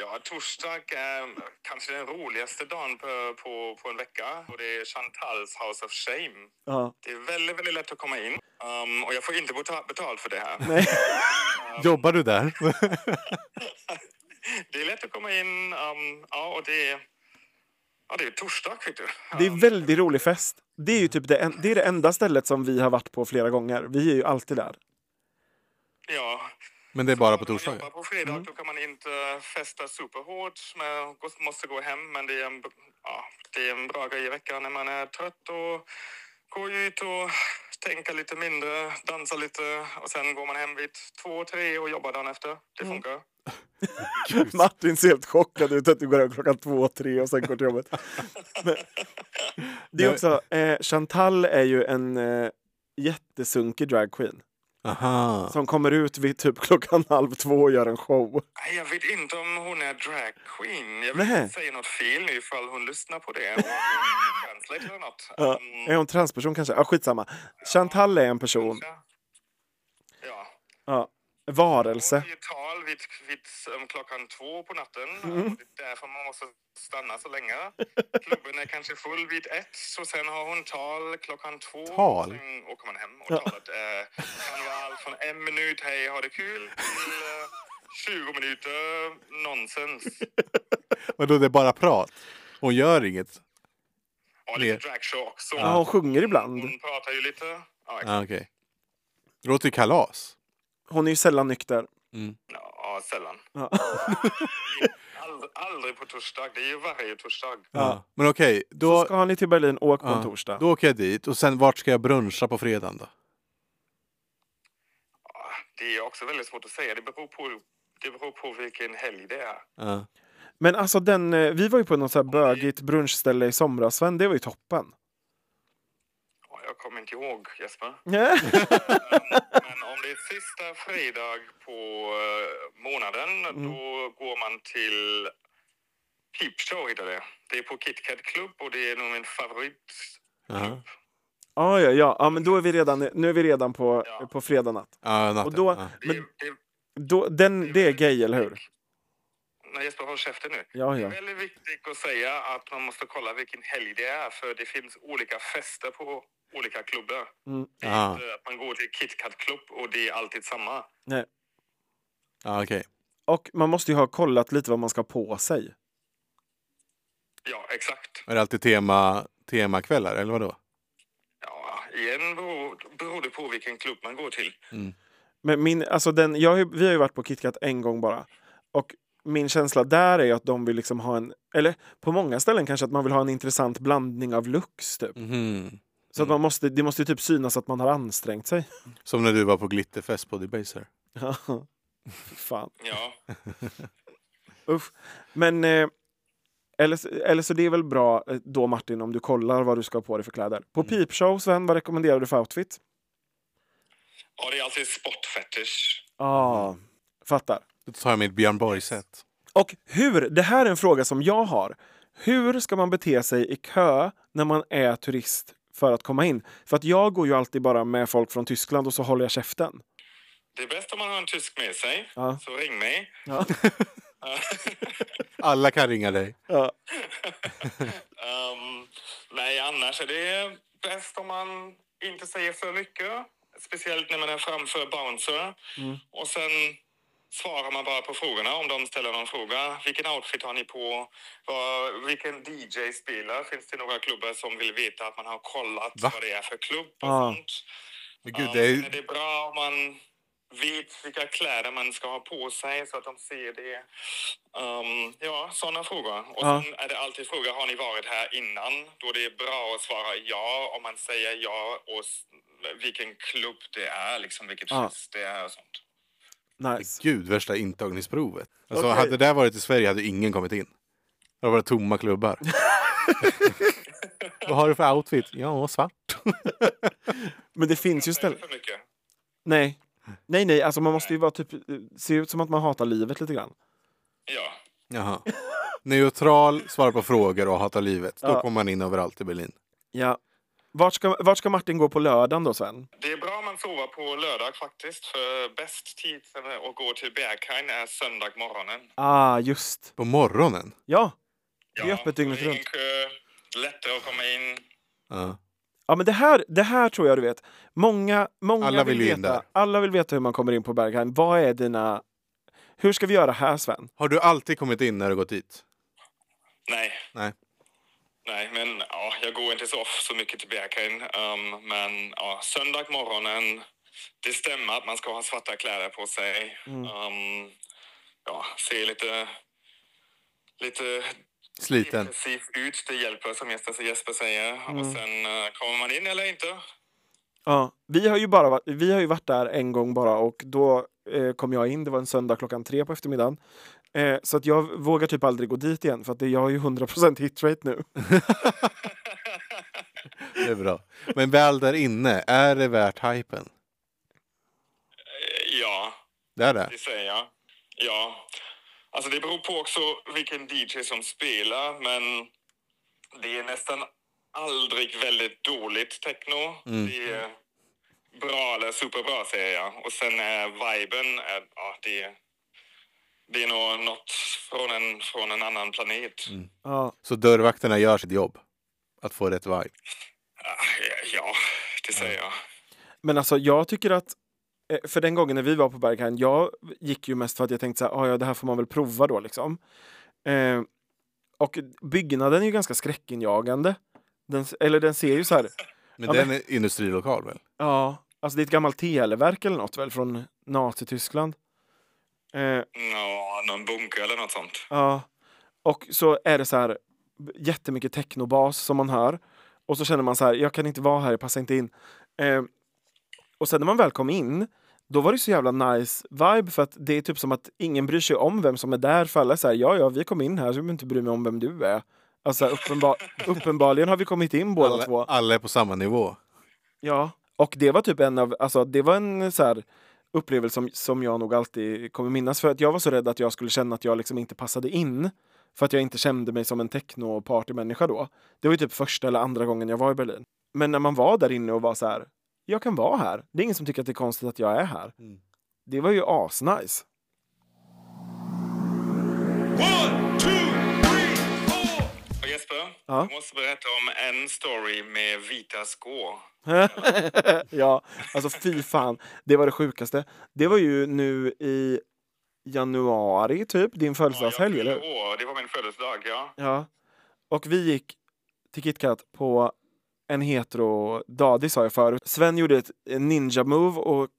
Speaker 2: Ja, torsdag är kanske den roligaste dagen på, på, på en vecka. Och det är Chantals House of Shame.
Speaker 1: Ja.
Speaker 2: Det är väldigt, väldigt lätt att komma in. Um, och jag får inte beta- betalt för det här.
Speaker 1: Nej.
Speaker 3: Jobbar du där?
Speaker 2: Det är lätt att komma in. Um, ja, och det är... Ja, det är torsdag, vet du.
Speaker 1: Det är
Speaker 2: Um,
Speaker 1: väldigt rolig fest. Det är ju typ det, en, det, är det enda stället som vi har varit på flera gånger. Vi är ju alltid där.
Speaker 2: ja.
Speaker 3: Men det är bara på
Speaker 2: Om man
Speaker 3: torsdagar?
Speaker 2: jobbar på fredag då kan man inte festa superhårt. Man gå- måste gå hem, men det är en, ja, det är en bra grej i veckan när man är trött och går ut och tänker lite mindre, dansar lite och sen går man hem vid två, tre och jobbar dagen efter. Det funkar.
Speaker 1: Martin ser helt chockad ut att du går hem klockan två, tre och sen går till jobbet. Men, det är
Speaker 3: Nej.
Speaker 1: också, eh, Chantal är ju en eh, jättesunkig dragqueen
Speaker 3: Aha.
Speaker 1: som kommer ut vid typ klockan halv två och gör en show.
Speaker 2: Nej, Jag vet inte om hon är drag queen. Jag vill
Speaker 1: Nej.
Speaker 2: inte säga något fel nu ifall hon lyssnar på det. Hon är translate eller något.
Speaker 1: Ja.
Speaker 2: Ehm,
Speaker 1: Är hon transperson kanske? Ja, skitsamma. Chantal är en person.
Speaker 2: ja. Ja.
Speaker 1: Ja.
Speaker 2: Hon
Speaker 1: Varelse.
Speaker 2: ger tal vid, vid um, klockan två på natten. Och det är därför man måste stanna så länge. Klubben är kanske full vid ett. Så sen har hon tal klockan två.
Speaker 3: Tal?
Speaker 2: Sen åker man hem och talet eh, kan vara allt från en minut, hej, ha det kul, till eh, 20 minuter nonsens.
Speaker 3: Vadå, det är bara prat? Hon gör inget?
Speaker 2: Och lite
Speaker 3: Mer.
Speaker 2: dragshow också.
Speaker 1: Ja, hon sjunger ibland.
Speaker 2: Hon pratar ju lite. Ja, exakt.
Speaker 3: Ah, Okej. Det låter ju kalas.
Speaker 1: Hon är ju sällan nykter.
Speaker 2: ja sällan.
Speaker 1: Ja.
Speaker 2: Aldrig, aldrig på torsdag. Det är ju varje torsdag.
Speaker 3: Ja. Men okej, då,
Speaker 1: Ska ni till Berlin, åk på en
Speaker 3: ja,
Speaker 1: torsdag.
Speaker 3: då åker jag dit. Och sen vart ska jag bruncha på fredagen då?
Speaker 2: Ja, Det är också väldigt svårt att säga. Det beror på, det beror på vilken helg det är.
Speaker 3: Ja.
Speaker 1: Men alltså den, eh, vi var ju på något så här bögigt brunchställe i somras, Sven. Det var ju toppen.
Speaker 2: Ja, Jag kommer inte ihåg, Jesper.
Speaker 1: Nej.
Speaker 2: Men om det är sista fredag på eh, månaden,
Speaker 1: Mm.
Speaker 2: då går man till Peep Show, heter det. Det är på KitKat Club och det är nog min favorit.
Speaker 3: Ja.
Speaker 1: Ja, ja, ja. ja, men då är vi redan, nu är vi redan på,
Speaker 2: Ja.
Speaker 1: på fredag natt.
Speaker 3: Ja, natten.
Speaker 1: Och då-
Speaker 3: ja.
Speaker 2: Det,
Speaker 1: Men-
Speaker 2: det,
Speaker 1: Då, den, det är gay, eller hur?
Speaker 2: nej, Jesper, håll käften nu.
Speaker 1: Ja,
Speaker 2: Det
Speaker 1: ja.
Speaker 2: är väldigt viktigt att säga att man måste kolla vilken helg det är, för det finns olika fester på olika klubbar. Det är
Speaker 3: Ah.
Speaker 2: inte att man går till KitKat Club och det är alltid samma.
Speaker 1: Nej.
Speaker 3: Ja, okej.
Speaker 1: Och man måste ju ha kollat lite vad man ska ha på sig.
Speaker 2: Ja, exakt.
Speaker 3: Är det alltid tema, temakvällar, eller vadå?
Speaker 2: Ja, igen beror, beror det på vilken klubb man går till.
Speaker 1: Men min, alltså den, jag, har ju- vi har ju varit på KitKat en gång bara. Och min känsla där är ju att de vill liksom ha en, eller på många ställen kanske att man vill ha en intressant blandning av looks typ.
Speaker 3: Mhm.
Speaker 1: Så att man måste, det måste ju typ synas att man har ansträngt sig.
Speaker 3: Som när du var på glitterfest på Debaser.
Speaker 1: Ja. Fy Fan.
Speaker 2: Ja,
Speaker 1: Usch. Men... Eh, eller, så- eller så det är väl bra eh, då Martin om du kollar vad du ska ha på dig för kläder. På Peepshow, Sven, vad rekommenderar du för outfit?
Speaker 2: ja det är alltid sportfetish.
Speaker 1: Ja, ah, fattar.
Speaker 3: Då tar jag mitt Björn Borg-set.
Speaker 1: Och hur, det här är en fråga som jag har. Hur ska man bete sig i kö när man är turist för att komma in? För att jag går ju alltid bara med folk från Tyskland och så håller jag käften.
Speaker 2: Det är bäst om man har en tysk med sig,
Speaker 1: Ja.
Speaker 2: så ring mig.
Speaker 1: Ja.
Speaker 3: Alla kan ringa dig.
Speaker 1: Ja.
Speaker 2: Ehm, nej, annars är det bäst om man inte säger för mycket. Speciellt när man är framför bouncer. Och sen svarar man bara på frågorna om de ställer någon fråga. Vilken outfit har ni på? Vad, vilken DJ spelar? Finns det några klubbar som vill veta att man har kollat
Speaker 3: Va?
Speaker 2: vad det är för klubb och
Speaker 1: Ja.
Speaker 2: sånt?
Speaker 3: Men
Speaker 2: Ja,
Speaker 3: gud, det
Speaker 2: men
Speaker 3: är...
Speaker 2: det är bra om man vet vilka kläder man ska ha på sig så att de ser det. Ehm, ja, sådana frågor. Och
Speaker 1: Ja.
Speaker 2: sen är det alltid fråga, har ni varit här innan? Då det är bra att svara ja om man säger ja och s- vilken klubb det är, liksom vilket
Speaker 1: Ja.
Speaker 2: fest det är och sånt.
Speaker 1: Nice.
Speaker 3: Gud, värsta intagningsprovet. Alltså,
Speaker 1: Okej.
Speaker 3: Hade det där varit i Sverige hade ingen kommit in. Det var bara tomma klubbar. Vad har du för outfit? Ja, svart.
Speaker 1: Men det finns ju
Speaker 2: Inte
Speaker 1: ställen...
Speaker 2: för mycket.
Speaker 1: Nej. Nej, nej, alltså man måste ju vara typ, eh, se ut som att man hatar livet lite grann.
Speaker 2: Ja.
Speaker 3: Jaha. Neutral, svarar på frågor och hatar livet. Då
Speaker 1: Ja.
Speaker 3: kommer man in överallt i Berlin.
Speaker 1: Ja. Vart ska, vart ska Martin gå på lördagen då, Sven?
Speaker 2: Det är bra om man sover på lördag faktiskt, för bäst tid för att gå till Berghain är söndag morgonen.
Speaker 1: Ah, just.
Speaker 3: På morgonen?
Speaker 1: Ja. Det är öppet dygnet
Speaker 2: det är
Speaker 1: runt.
Speaker 2: ingen kö, lättare att komma in.
Speaker 3: Ja.
Speaker 1: Ja, men det här, det här tror jag du vet. Många, många
Speaker 3: Alla vill ju
Speaker 1: veta,
Speaker 3: in där.
Speaker 1: Alla vill veta hur man kommer in på Berghain. Vad är dina... Hur ska vi göra här, Sven?
Speaker 3: Har du alltid kommit in när du gått dit?
Speaker 2: Nej.
Speaker 3: Nej.
Speaker 2: Nej, men ja, jag går inte så, så mycket till Berghain. Ehm, men ja, söndag morgonen, det stämmer att man ska ha svarta kläder på sig. Ehm, ja, se lite, lite
Speaker 3: Sliten?
Speaker 2: depressiv ut, det hjälper som Jesper, Jesper säger. Och sen eh, kommer man in eller inte.
Speaker 1: Ja, vi har ju bara varit, vi har ju varit där en gång bara och då eh, kom jag in, det var en söndag klockan tre på eftermiddagen. Eh, så att jag vågar typ aldrig gå dit igen för att det, jag har ju 100% hitrate nu.
Speaker 3: Det är bra. Men väl där inne, är det värt hypen?
Speaker 2: Eh, Ja,
Speaker 3: Det är det?
Speaker 2: det säger jag. Ja. Alltså det beror på också vilken DJ som spelar, men det är nästan aldrig väldigt dåligt techno. Det är bra eller superbra säger jag. Och sen är viben, är, ja det är, det är nog något från en, från en annan planet.
Speaker 1: Ja,
Speaker 3: Så dörrvakterna gör sitt jobb? Att få rätt vibe?
Speaker 2: Ah, Ja, det säger jag.
Speaker 1: men alltså jag tycker att eh, för den gången när vi var på Berghain, jag gick ju mest för att jag tänkte så här, "Ah, ja det här får man väl prova då liksom. Eh, och byggnaden är ju ganska skräckinjagande. Den, s- eller den ser ju så här,
Speaker 3: Men
Speaker 1: Ja,
Speaker 3: det är en industrilokal väl?
Speaker 1: ja, alltså det är ett gammalt televerk eller något väl från Nazityskland. Eh,
Speaker 2: Nå, någon bunker eller något sånt.
Speaker 1: Ja. Och så är det så här b- jättemycket technobas som man hör. Och så känner man så här, jag kan inte vara här, jag passar inte in. Eh, och sen när man väl kom in, då var det så jävla nice vibe för att det är typ som att ingen bryr sig om vem som är där för alla är så här, ja ja, vi kom in här så jag behöver inte bry mig om vem du är. Alltså uppenbar uppenbarligen har vi kommit in båda två.
Speaker 3: Alla, alla är på samma nivå.
Speaker 1: Ja. Och det var typ en av, alltså det var en så här upplevelse som, som jag nog alltid kommer minnas för att jag var så rädd att jag skulle känna att jag liksom inte passade in. För att jag inte kände mig som en techno-partymänniska då. Det var ju typ första eller andra gången jag var i Berlin. Men när man var där inne och var så här, jag kan vara här. Det är ingen som tycker att det är konstigt att jag är här. Det var ju asnice.
Speaker 2: One, two, three, four! Och Jesper,
Speaker 1: Ja?
Speaker 2: jag måste berätta om en story med vita skor.
Speaker 1: Alltså, ja, alltså fy fan. Det var det sjukaste. Det var ju nu i januari typ, din födelsedagshelg, eller hur?
Speaker 2: Åh, det var min födelsedag, ja.
Speaker 1: Ja. Och vi gick till KitKat på en hetero dag, det sa jag förut. Sven gjorde ett ninja-move och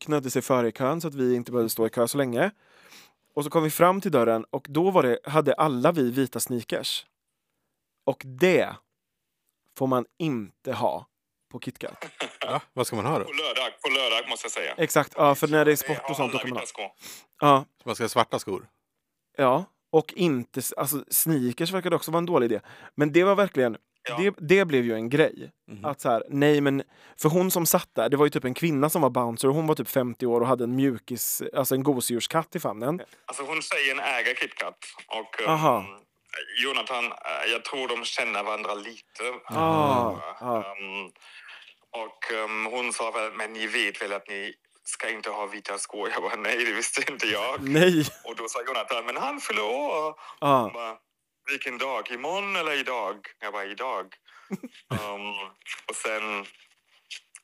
Speaker 1: knödde sig före i kön så att vi inte behövde stå i kö så länge. Och så kom vi fram till dörren och då var det, hade alla vi vita sneakers. Och det får man inte ha på KitKat.
Speaker 3: Ja, vad ska man ha då?
Speaker 2: På lördag, på lördag måste jag säga.
Speaker 1: Exakt, ja, för när det är sport och sånt då
Speaker 2: alla
Speaker 1: kan man ha.
Speaker 2: vita skor.
Speaker 1: Ja,
Speaker 3: Så Man ska ha svarta skor?
Speaker 1: Ja, och inte, alltså sneakers verkade också vara en dålig idé. Men det var verkligen,
Speaker 2: Ja.
Speaker 1: det, det blev ju en grej. Att så här, nej men, för hon som satt där, det var ju typ en kvinna som var bouncer och hon var typ 50 år och hade en mjukis, alltså en gosedjurskatt i famnen.
Speaker 2: Alltså hon tjejen äger KitKat och eh,
Speaker 1: Aha.
Speaker 2: Jonathan, eh, jag tror de känner varandra lite.
Speaker 1: Ah,
Speaker 2: Eh,
Speaker 1: ah.
Speaker 2: ehm, och ehm, hon sa väl, men ni vet väl att ni ska inte ha vita skor? Jag bara, nej det visste inte jag.
Speaker 1: Nej!
Speaker 2: Och då sa Jonathan, men han fyller år.
Speaker 1: Ja,
Speaker 2: Han bara, vilken dag? Imorgon eller idag? Jag bara, idag. Ehm, och sen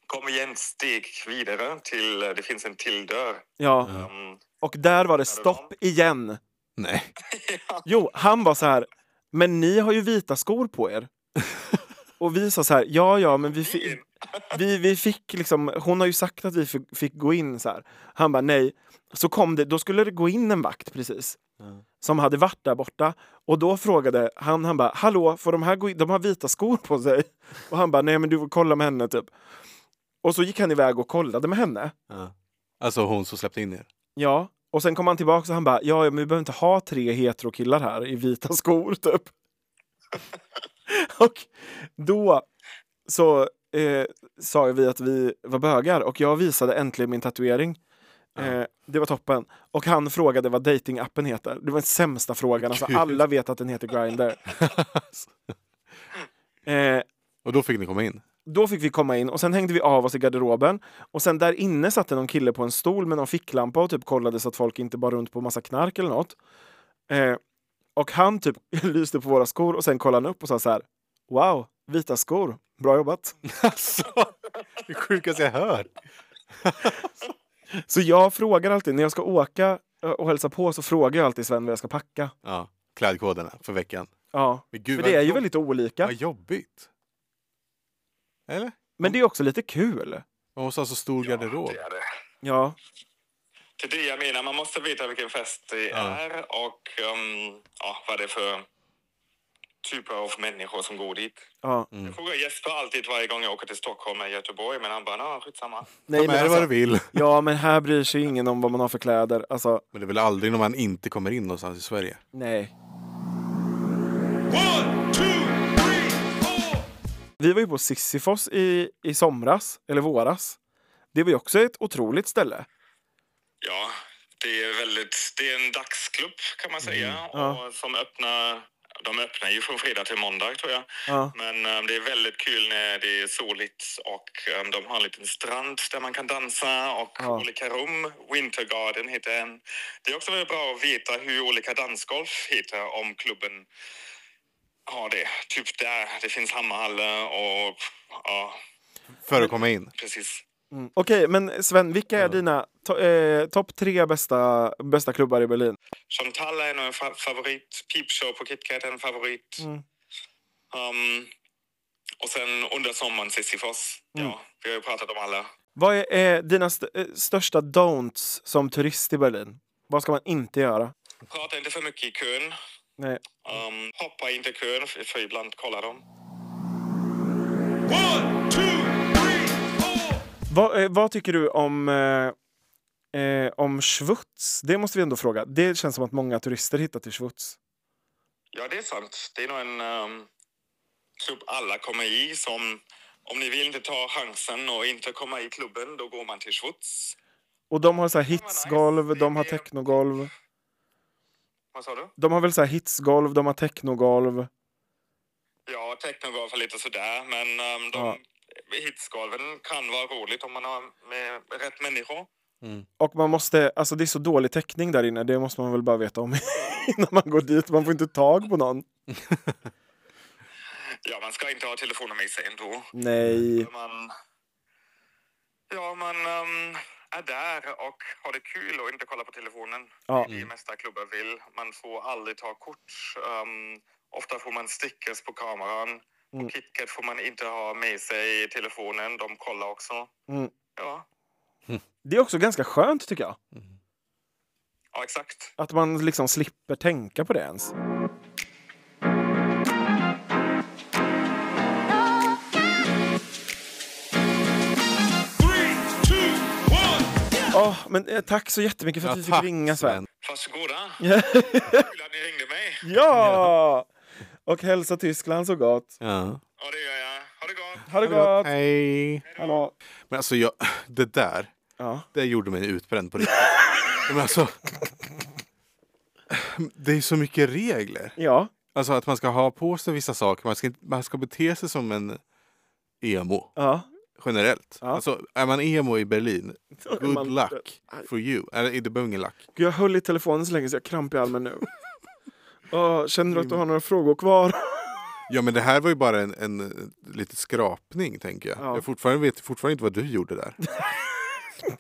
Speaker 2: kom vi en steg vidare till, eh, det finns en till dörr.
Speaker 1: ja.
Speaker 2: Ehm,
Speaker 1: Och där var det stopp igen.
Speaker 3: Nej.
Speaker 1: Jo, han var så här, men ni har ju vita skor på er. Och vi sa så här, ja ja men vi, fi- vi, vi fick liksom, hon har ju sagt att vi fick, fick gå in så här. Han bara nej. Så kom det, då skulle det gå in en vakt precis. Som hade varit där borta. Och då frågade han, han bara hallå, får de här gå in? De har vita skor på sig. Och han bara nej men du får kolla med henne typ. Och så gick han iväg och kollade med henne.
Speaker 3: Alltså hon som släppte in er?
Speaker 1: Ja. Och sen kom han tillbaka och han bara, ja ja, men vi behöver inte ha tre heterokillar här i vita skor typ. och då så eh, sa vi att vi var bögar och jag visade äntligen min tatuering. Eh, det var toppen. Och han frågade vad datingappen heter. Det var den sämsta frågan. Alltså, alla vet att den heter Grindr. eh,
Speaker 3: Och då fick ni komma in?
Speaker 1: då fick vi komma in och sen hängde vi av oss i garderoben. Och sen där inne satt det någon kille på en stol med någon ficklampa och typ kollade så att folk inte bar runt på massa knark eller något. Eh, och han typ lyste på våra skor och sen kollade han upp och sa så här. Wow, vita skor. Bra jobbat.
Speaker 3: Alltså, det sjukaste jag hört!
Speaker 1: Så jag frågar alltid när jag ska åka eh, och hälsa på så frågar jag alltid Sven vad jag ska packa.
Speaker 3: Ja, klädkoderna för veckan.
Speaker 1: Ja,
Speaker 3: Men gud,
Speaker 1: för
Speaker 3: vad
Speaker 1: det är ju
Speaker 3: jobb-
Speaker 1: väldigt olika.
Speaker 3: Vad jobbigt! Eller?
Speaker 1: Men det är också lite kul.
Speaker 3: Man måste ha så stor garderob.
Speaker 2: det är det.
Speaker 1: Ja,
Speaker 2: Det är det jag menar, man måste veta vilken fest det är och ehm, ja, vad det är för typer av människor som går dit.
Speaker 1: Ja.
Speaker 3: Mm.
Speaker 2: Jag frågar Jesper alltid varje gång jag åker till Stockholm eller Göteborg, men han bara, ja, skitsamma.
Speaker 1: Nej,
Speaker 3: Ta med
Speaker 1: men
Speaker 3: dig vad du
Speaker 1: alltså,
Speaker 3: vill.
Speaker 1: ja, men här bryr sig ingen om vad man har för kläder. Alltså,
Speaker 3: Men det är väl aldrig när man inte kommer in någonstans i Sverige?
Speaker 1: nej.
Speaker 2: One, two, three, four!
Speaker 1: Vi var ju på Sisyfos i, i somras, eller våras. Det var ju också ett otroligt ställe.
Speaker 2: Ja, det är väldigt, det är en dagsklubb kan man säga.
Speaker 1: Mm. ja.
Speaker 2: Och som öppnar, de öppnar ju från fredag till måndag tror jag.
Speaker 1: Ja.
Speaker 2: Men eh, det är väldigt kul när det är soligt och eh, de har en liten strand där man kan dansa och
Speaker 1: Ja.
Speaker 2: olika rum. Winter Garden heter en. Det är också väldigt bra att veta hur olika dansgolf heter om klubben har det. Typ där, det finns hammarhallar och ja,
Speaker 3: För att komma in?
Speaker 2: precis.
Speaker 1: Mm. Okej, men Sven, vilka är dina to- eh, topp tre bästa, bästa klubbar i Berlin?
Speaker 2: Chantal är nog en fa- favorit. Peep Show på KitKat är en favorit.
Speaker 1: Mm.
Speaker 2: Um, och sen under sommaren Sisyfos. Ja, vi har ju pratat om alla.
Speaker 1: Vad är eh, dina st- eh, största don'ts som turist i Berlin? Vad ska man inte göra?
Speaker 2: Prata inte för mycket i kön.
Speaker 1: Nej.
Speaker 2: Um, hoppa inte i kön, för för ibland kollar de. One, two, three, four!
Speaker 1: Vad, eh, vad tycker du om, eh, eh, om Schwutz? Det måste vi ändå fråga. Det känns som att många turister hittar till Schwutz.
Speaker 2: Ja, det är sant. Det är nog en um, klubb alla kommer i som... Om ni vill inte ta chansen och inte komma i klubben, då går man till Schwutz.
Speaker 1: Och de har så här
Speaker 2: men nice.
Speaker 1: hitsgolv, de har
Speaker 2: Det är-
Speaker 1: technogolv.
Speaker 2: Vad sa du?
Speaker 1: De har väl så här hitsgolv, de har technogolv.
Speaker 2: Ja, technogolf är lite sådär, men um, de
Speaker 1: Ja.
Speaker 2: hitsgolven kan vara roligt om man har med rätt människor.
Speaker 1: Och man måste, alltså det är så dålig täckning där inne, det måste man väl bara veta om innan man går dit. Man får inte tag på någon.
Speaker 2: Ja, man ska inte ha telefonen med sig ändå.
Speaker 1: Nej.
Speaker 2: Man, ja, man um, är där och har det kul och inte kollar på telefonen.
Speaker 1: Ja.
Speaker 2: Det är det mesta klubbar vill. Man får aldrig ta kort. Um, ofta får man stickers på kameran.
Speaker 1: Mm.
Speaker 2: På KitKat får man inte ha med sig telefonen. De kollar också.
Speaker 1: Mm.
Speaker 2: Ja,
Speaker 1: Det är också ganska skönt tycker jag.
Speaker 2: ja, exakt.
Speaker 1: Att man liksom slipper tänka på det ens. Åh, men eh, tack så jättemycket för att
Speaker 3: Ja,
Speaker 1: vi fick
Speaker 3: tack,
Speaker 1: ringa Sven.
Speaker 2: Varsågoda.
Speaker 1: Ja.
Speaker 2: Kul att ni ringde mig.
Speaker 1: Ja! Och hälsa Tyskland så gott.
Speaker 3: Ja.
Speaker 2: Ja, det gör jag. Ha det gott.
Speaker 1: Ha det gott!
Speaker 3: Hej!
Speaker 1: Hallå.
Speaker 3: Men alltså, jag, det där,
Speaker 1: Ja.
Speaker 3: det gjorde mig utbränd på riktigt. Men alltså, det är så mycket regler.
Speaker 1: ja.
Speaker 3: Alltså att man ska ha på sig vissa saker, man ska, inte- man ska bete sig som en emo
Speaker 1: Ja.
Speaker 3: generellt.
Speaker 1: Ja.
Speaker 3: Alltså är man emo i Berlin,
Speaker 1: är
Speaker 3: good
Speaker 1: man-
Speaker 3: luck for you. Eller det behöver ingen luck.
Speaker 1: Gud, jag höll i telefonen så länge så jag har kramp i armen nu. Åh, känner du att du har några frågor kvar?
Speaker 3: Ja men det här var ju bara en, en eh, lite skrapning tänker jag.
Speaker 1: Ja.
Speaker 3: Jag fortfarande vet fortfarande inte vad du gjorde där.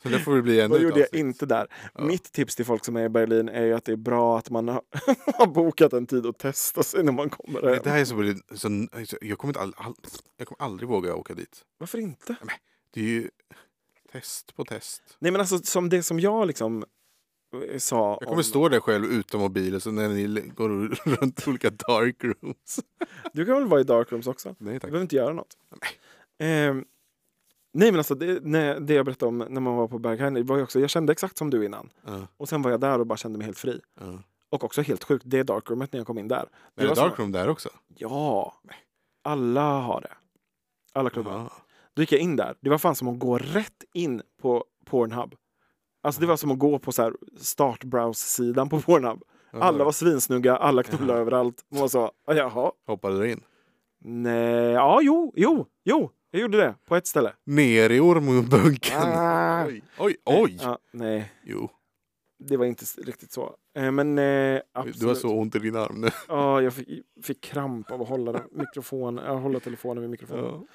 Speaker 3: Så det får det bli ännu
Speaker 1: Vad
Speaker 3: ett
Speaker 1: gjorde jag
Speaker 3: avsnitt.
Speaker 1: inte där? Mitt tips till folk som är i Berlin är ju att det är bra att man har, har bokat en tid och testa sig när man kommer hem.
Speaker 3: Det här är så, Berlin- så så- jag, kommer inte all, all, jag kommer aldrig våga åka dit.
Speaker 1: Varför inte?
Speaker 3: Det är ju test på test.
Speaker 1: Nej men alltså som det som jag liksom eh, sa
Speaker 3: Jag kommer
Speaker 1: om-
Speaker 3: stå där själv utan mobil och så när ni l- går runt olika dark rooms.
Speaker 1: Du kan väl vara i darkrooms också?
Speaker 3: Nej
Speaker 1: Du
Speaker 3: tack.
Speaker 1: behöver inte göra något. Ehm, nej men alltså det, när, det jag berättade om när man var på Berghain, det var ju också, jag kände exakt som du innan.
Speaker 3: Ja.
Speaker 1: Och sen var jag där och bara kände mig helt fri.
Speaker 3: Ja.
Speaker 1: Och också helt sjukt, det darkroomet när jag kom in där.
Speaker 3: Men är
Speaker 1: var
Speaker 3: det
Speaker 1: som-
Speaker 3: dark room där också?
Speaker 1: Ja. Alla har det. Alla klubbar.
Speaker 3: Ja.
Speaker 1: Då gick jag in där. Det var fan som att gå rätt in på Pornhub. Alltså det var som att gå på så här startbrowse-sidan på Pornhub. Alla var svinsnygga, alla knullar överallt. Man var så, "Ah, jaha.
Speaker 3: Hoppade du in?
Speaker 1: Nej, ja jo, jo, jo. Jag gjorde det på ett ställe.
Speaker 3: Ner i ormbunken.
Speaker 1: Ah.
Speaker 3: Oj, oj, oj.
Speaker 1: Ja, nej,
Speaker 3: Jo,
Speaker 1: det var inte s- riktigt så. Eh, Men eh, absolut.
Speaker 3: du har så ont i din arm nu.
Speaker 1: Ja, jag fick, fick kramp av att hålla, den- mikrofon, äh, hålla telefonen vid mikrofonen.
Speaker 3: Ja. Mm.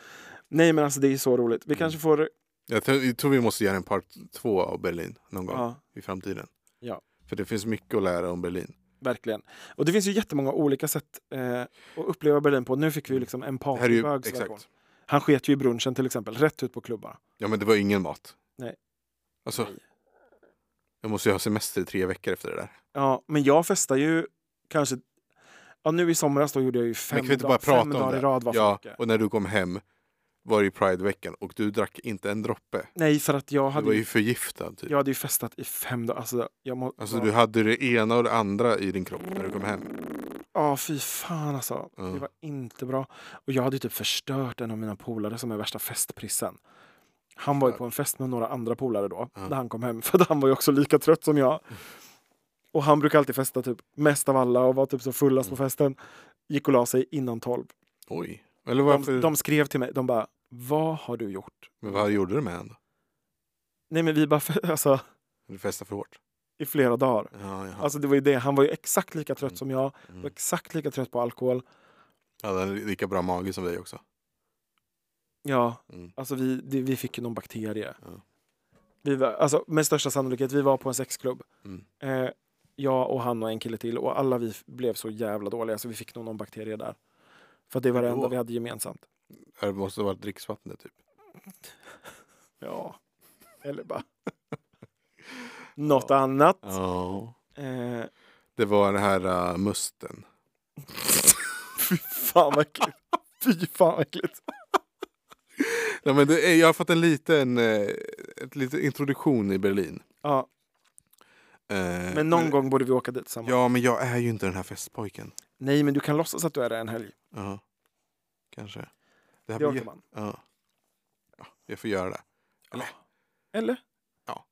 Speaker 1: Nej, men alltså det är så roligt. Vi kanske får...
Speaker 3: Jag tror- jag tror vi måste göra en part två av Berlin någon gång
Speaker 1: Ja,
Speaker 3: i framtiden.
Speaker 1: Ja.
Speaker 3: För det finns mycket att lära om Berlin.
Speaker 1: verkligen. Och det finns ju jättemånga olika sätt eh, att uppleva Berlin på. Nu fick vi ju liksom en
Speaker 3: Mm. Det här är ju,
Speaker 1: partybög. som var på.
Speaker 3: exakt.
Speaker 1: Han sket ju i brunchen till exempel, rätt ut på klubbar.
Speaker 3: Ja men det var ingen mat.
Speaker 1: Nej.
Speaker 3: Alltså,
Speaker 1: Nej.
Speaker 3: jag måste ju ha semester i tre veckor efter det där.
Speaker 1: Ja, men jag festar ju kanske... Ja, nu i somras då gjorde jag ju fem,
Speaker 3: Men kan vi inte
Speaker 1: dag-
Speaker 3: bara prata
Speaker 1: fem
Speaker 3: om
Speaker 1: dagar
Speaker 3: det?
Speaker 1: i rad var för
Speaker 3: ja,
Speaker 1: mycket.
Speaker 3: och när du kom hem var det ju Prideveckan och du drack inte en droppe.
Speaker 1: Nej, för att jag
Speaker 3: Du
Speaker 1: hade,
Speaker 3: var
Speaker 1: ju,
Speaker 3: ju förgiftad. Typ.
Speaker 1: jag hade ju festat i fem dagar. Alltså, jag må,
Speaker 3: Alltså
Speaker 1: ja.
Speaker 3: du hade det ena och det andra i din kropp när du kom hem.
Speaker 1: Ja, fy fan alltså.
Speaker 3: Ja.
Speaker 1: Det var inte bra. Och jag hade ju typ förstört en av mina polare som är värsta festprissen. Han var ju på en fest med några andra polare då,
Speaker 3: Ja.
Speaker 1: när han kom hem. För att han var ju också lika trött som jag. Och han brukar alltid festa typ mest av alla och var typ så fullast på
Speaker 3: Mm.
Speaker 1: festen. Gick och la sig innan tolv.
Speaker 3: Oj. Eller
Speaker 1: De,
Speaker 3: varför?
Speaker 1: de skrev till mig, de bara, vad har du gjort?
Speaker 3: Men vad gjorde du med henne?
Speaker 1: Nej men vi bara, fe- alltså
Speaker 3: Du festade för hårt?
Speaker 1: i flera dagar.
Speaker 3: Ja, jaha.
Speaker 1: Alltså det var ju det, han var ju exakt lika trött
Speaker 3: Mm.
Speaker 1: som jag.
Speaker 3: Mm.
Speaker 1: Var exakt lika trött på alkohol.
Speaker 3: Hade han lika bra mage som vi också?
Speaker 1: Ja,
Speaker 3: Mm.
Speaker 1: Alltså vi, det, vi fick ju någon bakterie.
Speaker 3: Ja.
Speaker 1: Vi var, alltså, med största sannolikhet, vi var på en sexklubb.
Speaker 3: Mm.
Speaker 1: Eh, jag och han och en kille till och alla vi f- blev så jävla dåliga så vi fick nog någon bakterie där. För att det var det
Speaker 3: Då?
Speaker 1: enda vi hade gemensamt.
Speaker 3: Det måste ha varit dricksvattnet typ.
Speaker 1: Ja. Eller bara... Något annat.
Speaker 3: Ja.
Speaker 1: Eh,
Speaker 3: Det var den här uh, musten.
Speaker 1: fy fan vad äckligt. Fy fan vad äckligt.
Speaker 3: Ja, men det är, jag har fått en liten eh, ett liten introduktion i Berlin.
Speaker 1: Ja,
Speaker 3: Eh,
Speaker 1: men någon gång borde vi åka dit tillsammans.
Speaker 3: Ja, men jag är ju inte den här festpojken.
Speaker 1: Nej, men du kan låtsas att du är det en helg.
Speaker 3: Ja, kanske. Det här
Speaker 1: Det
Speaker 3: blir
Speaker 1: åker
Speaker 3: jä-
Speaker 1: man.
Speaker 3: Ja. Ja, jag får göra det.
Speaker 1: Eller?
Speaker 3: Ja.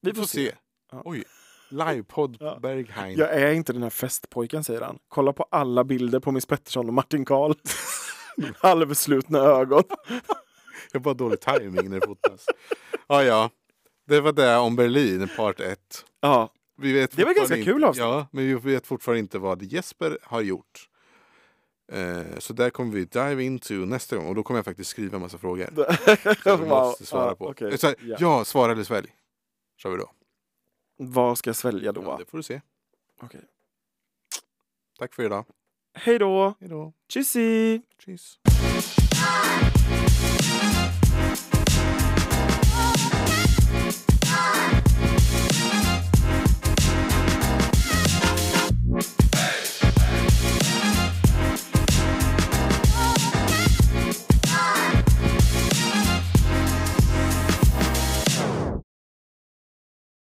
Speaker 1: Vi får se. Ja.
Speaker 3: Oj, livepodd på
Speaker 1: Ja.
Speaker 3: Berghain.
Speaker 1: Jag är inte den här festpojken, säger han. Kolla på alla bilder på Miss Pettersson och Martin Karl. Halvslutna ögon.
Speaker 3: Jag har bara dålig timing när det fotas. Ja, ja. Det var det om Berlin, part 1.
Speaker 1: Ja,
Speaker 3: Vi vet
Speaker 1: Det var
Speaker 3: fortfarande
Speaker 1: ganska
Speaker 3: inte,
Speaker 1: kul avsnitt.
Speaker 3: Ja, men vi vet fortfarande inte vad Jesper har gjort. Eh, så där kommer vi dive into nästa gång och då kommer jag faktiskt skriva en massa frågor. Som vi måste svara
Speaker 1: ja,
Speaker 3: på. Eh,
Speaker 1: okej,
Speaker 3: Så här,
Speaker 1: ja.
Speaker 3: Ja, svara eller svälj. Kör vi då.
Speaker 1: Vad ska jag svälja då?
Speaker 3: Ja, det får du se.
Speaker 1: Okej.
Speaker 3: Tack för idag.
Speaker 1: Hej då!
Speaker 3: Hej då.
Speaker 1: Tjussi!
Speaker 3: Tjus.